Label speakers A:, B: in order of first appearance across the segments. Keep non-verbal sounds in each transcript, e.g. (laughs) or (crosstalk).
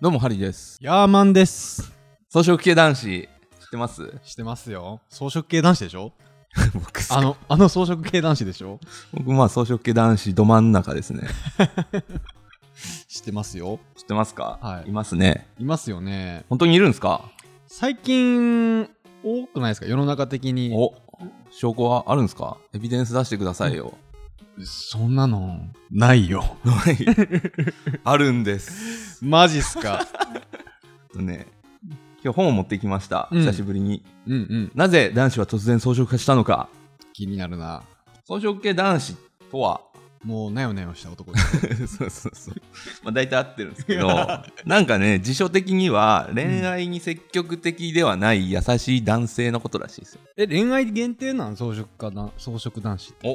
A: どうもハリーです
B: ヤーマンです。
A: 草食系男子知ってます
B: してますよ。草食系男子でしょ
A: (laughs) 僕
B: あの、 (laughs) あの草食系男子でしょ
A: 僕まあ草食系男子ど真ん中ですね
B: してますよ。
A: 知ってますか、
B: はい
A: ますね
B: いますよね。
A: 本当にいるんですか
B: 最近、多くないですか世の中的に。
A: お証拠はあるんですかエビデンス出してくださいよ
B: そんなの、ないよ。
A: はい (laughs) あるんです
B: (laughs) マジっすか。
A: えっとね今日本を持ってきました、
B: うん
A: 久しぶりに
B: (laughs) うんうん。
A: なぜ男子は突然草食化したのか
B: 気になるな。
A: 草食系男子とは
B: もう、なよなよした男です。
A: (laughs) そうそうそう、まあ、大体合ってるんですけどなんかね辞書的には恋愛に積極的ではない優しい男性のことらしいですよ
B: (laughs) え、恋愛限定なん草食かな草食男子って。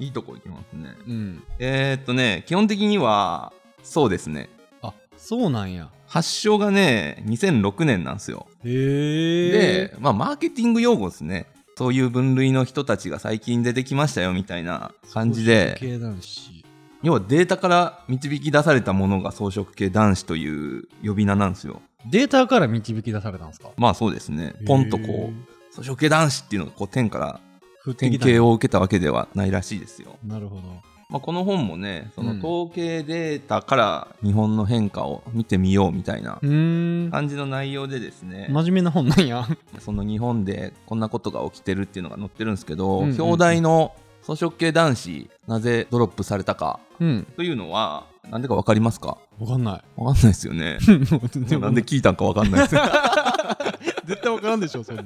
A: おいいとこ行きますね
B: うん。
A: えー、っとね基本的にはそうですね
B: あ、そうなんや。
A: 発祥がね2006年なんですよ
B: へえ。
A: で、まあ、マーケティング用語ですねそういう分類の人たちが最近出てきましたよみたいな感じ
B: 草
A: で
B: 食系男子。
A: 要はデータから導き出されたものが草食系男子という呼び名なんですよ
B: データから導き出されたんですか
A: まあそうですねポンとこう
B: う、
A: 草食系男子っていうのがこう天から
B: 振って
A: 典
B: きたんや
A: 型を受けたわけではないらしいですよ
B: なるほど。
A: まあ、この本もねその
B: うん
A: 統計データから日本の変化を見てみようみたいな
B: うーん。
A: 感じの内容でですね、
B: 真面目な本なんや。
A: その日本でこんなことが起きてるっていうのが載ってるんですけど、
B: うんうんうん
A: 表題の草食系男子なぜドロップされたか
B: うん。
A: というのはなんでか分かりますか
B: わか
A: (laughs)
B: んな
A: 分かんないですよ
B: (laughs)
A: ね
B: い。
A: でもなんで聞いたんか分かんないです
B: 絶対わからんでしょ、そんな。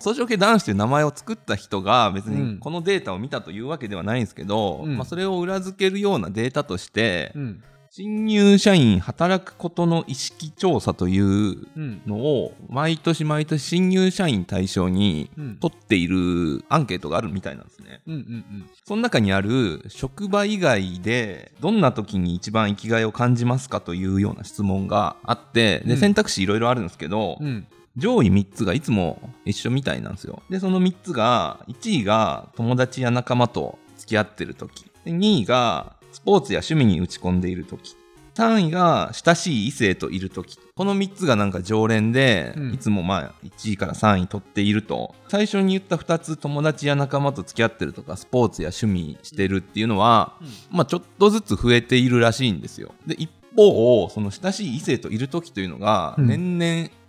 A: 草食系男子という名前を作った人が別
B: うん
A: にこのデータを見たというわけではないんですけど、
B: うん
A: まあ、それを裏付けるようなデータとして、
B: うん。
A: 新入社員働くことの意識調査という
B: うん。
A: のを毎年毎年新入社員対象に
B: うん。
A: 取っているアンケートがあるみたいなんですね。
B: うんうん
A: その中にある職場以外でどんな時に一番生きがいを感じますかというような質問があって
B: う
A: で
B: ん
A: 選択肢いろいろあるんですけど
B: うん。うん。
A: 上位3つがいつも一緒みたいなんですよ。で、その3つが、1位が友達や仲間と付き合ってる時。で、2位がスポーツや趣味に打ち込んでいる時。3位が親しい異性といる時。この3つがなんか常連で、
B: うん
A: いつもまあ1位から3位取っていると。最初に言った2つ、友達や仲間と付き合ってるとか、スポーツや趣味してるっていうのは、まあ、ちょっとずつ増えているらしいんですよ。で一方その親しい異性といる時というのが
B: うん
A: 年々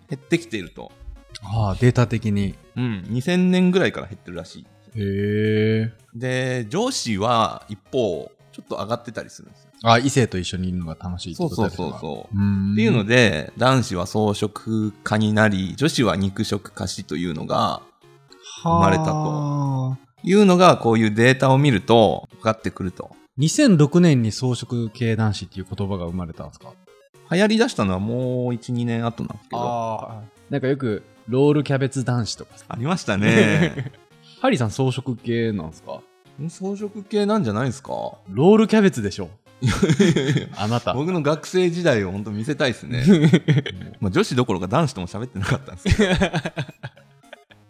A: 減ってきていると、
B: ああ、データ的に。
A: うん2000年ぐらいから減ってるらしい。
B: へえ。
A: で上司は一方ちょっと上がってたりするんですよ。
B: あ異性と一緒にいるのが楽しいって
A: そ
B: こ
A: う
B: と
A: そう
B: だけ
A: そ
B: ど
A: う
B: な
A: そう。
B: うーん。
A: っていうので男子は草食化になり女子は肉食化しというのが生まれたと
B: はあ。
A: いうのがこういうデータを見ると分かってくると。
B: 2006年に草食系男子っていう言葉が生まれたんですか
A: 流行りだしたのはもう1、2年後なんですけど。あ
B: ああ。なんかよく、ロールキャベツ男子とかさ
A: りましたね。 (laughs)
B: ハリーさん草食系なんですか
A: 草食系なんじゃないですか
B: ロールキャベツで
A: (laughs)
B: しょ。あなた。
A: 僕の学生時代を本当見せたいですねまあ女子どころか男子とも喋ってなかったんですけど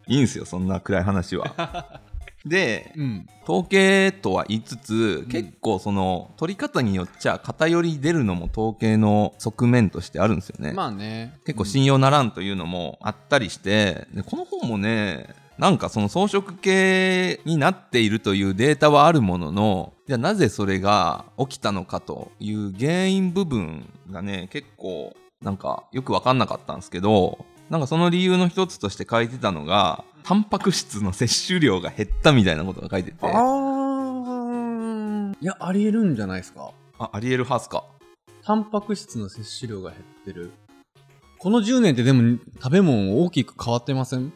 A: いいんですよそんな暗い話はで
B: うん。
A: 統計とは言いつつ、
B: うん
A: 結構その取り方によっちゃ偏り出るのも統計の側面としてあるんですよね、
B: まあね。
A: 結構信用ならんというのもあったりしてでこの本もねなんかその装飾系になっているというデータはあるもののじゃあなぜそれが起きたのかという原因部分がね結構なんかよく分かんなかったんですけどなんかその理由の一つとして書いてたのがタンパク質の摂取量が減ったみたいなことが書いててあ
B: ああ。いや、ありえるんじゃないですか。
A: アリエル・ハースか
B: タンパク質の摂取量が減ってる。この10年ってでも食べ物大きく変わってません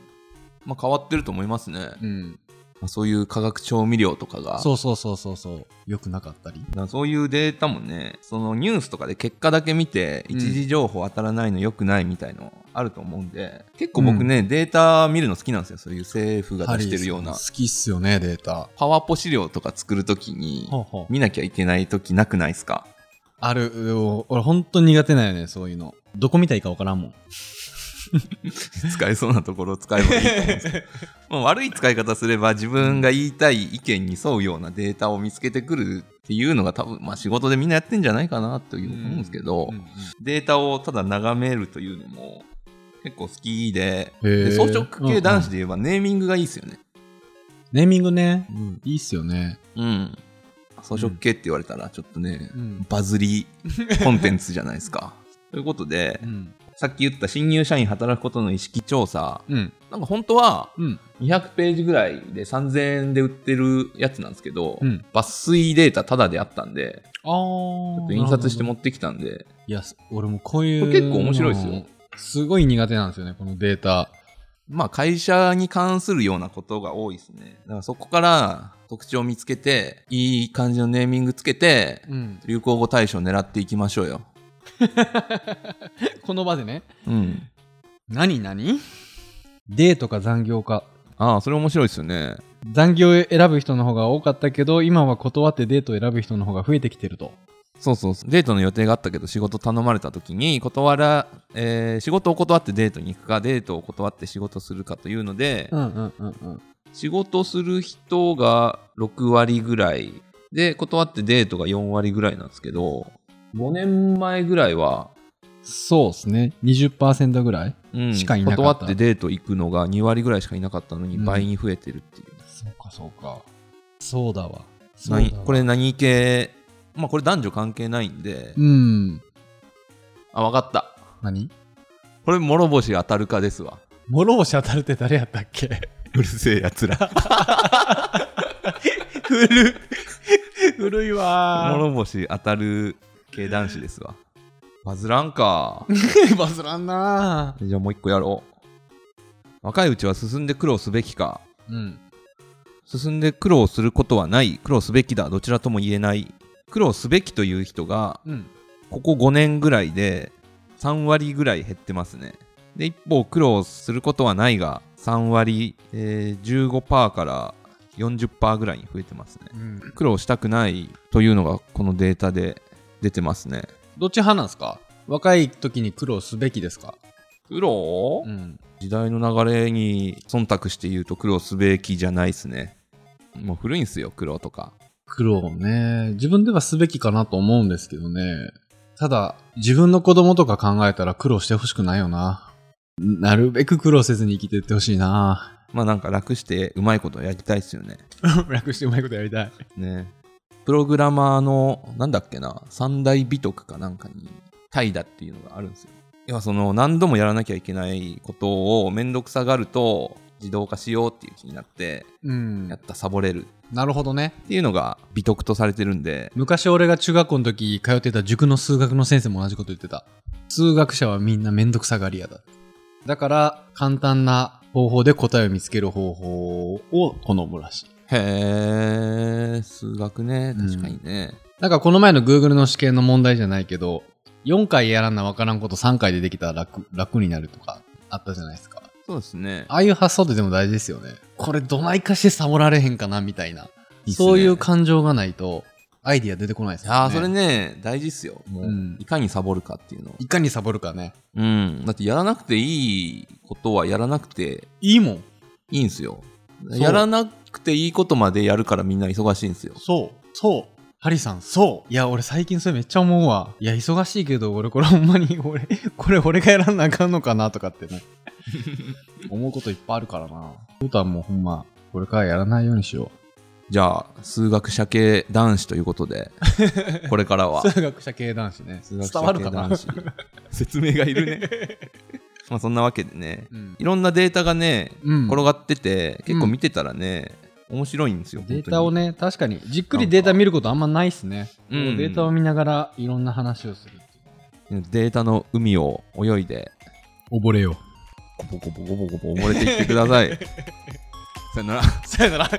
A: まあ変わってると思いますね、ま
B: うん。
A: あ、そういう化学調味料とかが
B: そうそうそうそうそう。良くなかったり。
A: だからそういうデータもねそのニュースとかで結果だけ見て
B: うん
A: 一時情報当たらないの良くないみたいのあると思うんで、結構僕ね、データ見るの好きなんですよそういう政府が出してるような
B: ハリーさん好きっすよね、データ。
A: パワポ資料とか作るときに
B: ほうほう。
A: 見なきゃいけないときなくないです (laughs) か
B: ある、うん俺ほんと苦手なんよね、そういうの。どこ見たらいいかわからんもん。
A: 使えそうなところを使え (laughs) ばいいと思うんですけどまあ悪い使い方すれば自分が言いたい意見に沿うようなデータを見つけてくるっていうのが多分、まあ、仕事でみんなやってんじゃないかなという (laughs) 思うんですけど、
B: うんうん
A: データをただ眺めるというのも結構好きで
B: へー
A: で装飾系男子
B: うん
A: で言えばネーミングがいいですよね。
B: ネーミングね、
A: うん
B: いいっすよね。
A: うん、装飾系って言われたらちょっとね、
B: うん。
A: バズりコンテンツじゃないですか。ということで
B: うん。
A: さっき言った新入社員働くことの意識調査
B: うん。
A: なんか本当は
B: うん。
A: 200ページぐらいで3000円で売ってるやつなんですけど、
B: うん
A: 抜粋データタダであったんで
B: あー
A: ちょっと印刷して持
B: なるほど
A: ってきたんで
B: いや、俺もこういう。
A: これ結構面白いっすよ。
B: すごい苦手なんですよね、このデータ。
A: まあ会社に関するようなことが多いですねだからそこから特徴を見つけていい感じのネーミングつけて
B: うん。
A: 流行語大賞狙っていきましょうよ
B: この場でね。
A: うん
B: 何何デートか残業か。
A: ああそれ面白いですよね
B: 残業を選ぶ人の方が多かったけど、今は断ってデートを選ぶ人の方が増えてきてると。
A: そうそうそうデートの予定があったけど仕事頼まれた時に断ら、えー仕事を断ってデートに行くかデートを断って仕事するかというので、
B: んうんうんうん。
A: 仕事する人が6割ぐらいで断ってデートが4割ぐらいなんですけど5年前ぐらいは、
B: そうですね。20%ぐらい
A: うん
B: しかいなかった
A: 断ってデート行くのが2割ぐらいしかいなかったのに
B: うん
A: 倍に増えてるっていう、
B: そうかそうか。そうだわ。そう
A: 何
B: だわ
A: これ何系まあこれ男女関係ないんで、
B: うん。
A: あ分かった
B: 何
A: これ諸星当たるかですわ
B: 諸星当たるって誰やったっけ
A: うるせえやつら
B: 古い。 (laughs) 古い
A: (laughs)
B: わ (laughs)
A: 諸星当たる系男子ですわバズらんか
B: ー。バズらんな
A: (laughs) じゃあもう一個やろう。若いうちは進んで苦労すべきか。
B: うん。
A: 進んで苦労することはない。苦労すべきだ。どちらとも言えない。苦労すべきという人が、
B: うん。
A: ここ5年ぐらいで3割ぐらい減ってますね。で、一方、苦労することはないが、3割、えー、15%から40%ぐらいに増えてますね。
B: うん。
A: 苦労したくないというのが、このデータで出てますね。
B: どっち派なんですか若い時に苦労すべきですか
A: 苦労
B: ん。
A: 時代の流れに忖度して言うと苦労すべきじゃないっすねもう古いんすよ苦労とか
B: 苦労ね。自分ではすべきかなと思うんですけどね。ただ、自分の子供とか考えたら苦労してほしくないよな。なるべく苦労せずに生きていってほしいな。
A: まあなんか楽してうまいことやりたいっすよね
B: (laughs) 楽してうまいことやりたい。
A: ねプログラマーのなんだっけな三大美徳かなんかに怠惰っていうのがあるんですよ要はその何度もやらなきゃいけないことをめんどくさがると自動化しようっていう気になって
B: うん
A: やっ。たサボれる
B: なるほどね。
A: っていうのが美徳とされてるんで
B: 昔俺が中学校の時通ってた塾の数学の先生も同じこと言ってた。数学者はみんなめんどくさがり屋だ。だから、簡単な方法で答えを見つける方法を好むらしい。
A: へえ数学ね確かにね、
B: なんかこの前の Google の試験の問題じゃないけど、4回やらんなわからんこと3回でできたら楽、楽になるとかあったじゃないですか。
A: そうですね
B: ああいう発想ってでも大事ですよね。これどないかしてサボられへんかなみたいな。
A: いいっすね
B: そういう感情がないと、アイディア出てこないですよね。
A: ああ、それ。ね、大事っすよ。もう、
B: うん
A: いかにサボるかっていうの。
B: いかにサボるかね。
A: うん。だって、やらなくていいことはやらなくて
B: いいもん。
A: いいんすよ。
B: そう
A: やらなくていいことまでやるからみんな忙しいんすよ。
B: そう。そう。ハリさん、そう。いや、俺最近それめっちゃ思うわ。いや、忙しいけど、俺これほんまに、 (laughs) 俺、これ俺がやらなあかんのかなとかって (laughs) ね。思うこといっぱいあるからな。ことはもうほんま、これからやらないようにしよ
A: じゃあ、数学者系男子ということ
B: (laughs)
A: で、これからは
B: う。。 (laughs) 数学者系男子ね。
A: 数
B: 伝
A: 学者
B: わるかな
A: 系男子説明がいるね。
B: (laughs)
A: まあ、そんなわけでね、
B: うん
A: い。ろんなデータがね、
B: うん
A: 転がってて、結構見てたらね、面白いんですよ。
B: データを
A: 本
B: ね、確かに、じっくりデータ見ることあんまないっすね。
A: うん
B: こうデータを見ながらいろんな話をするってい
A: 当に。データの海を泳いで、
B: う。溺れよ
A: コポコポコポコポ溺れていってください。さよなら。
B: (laughs) う。さよなら。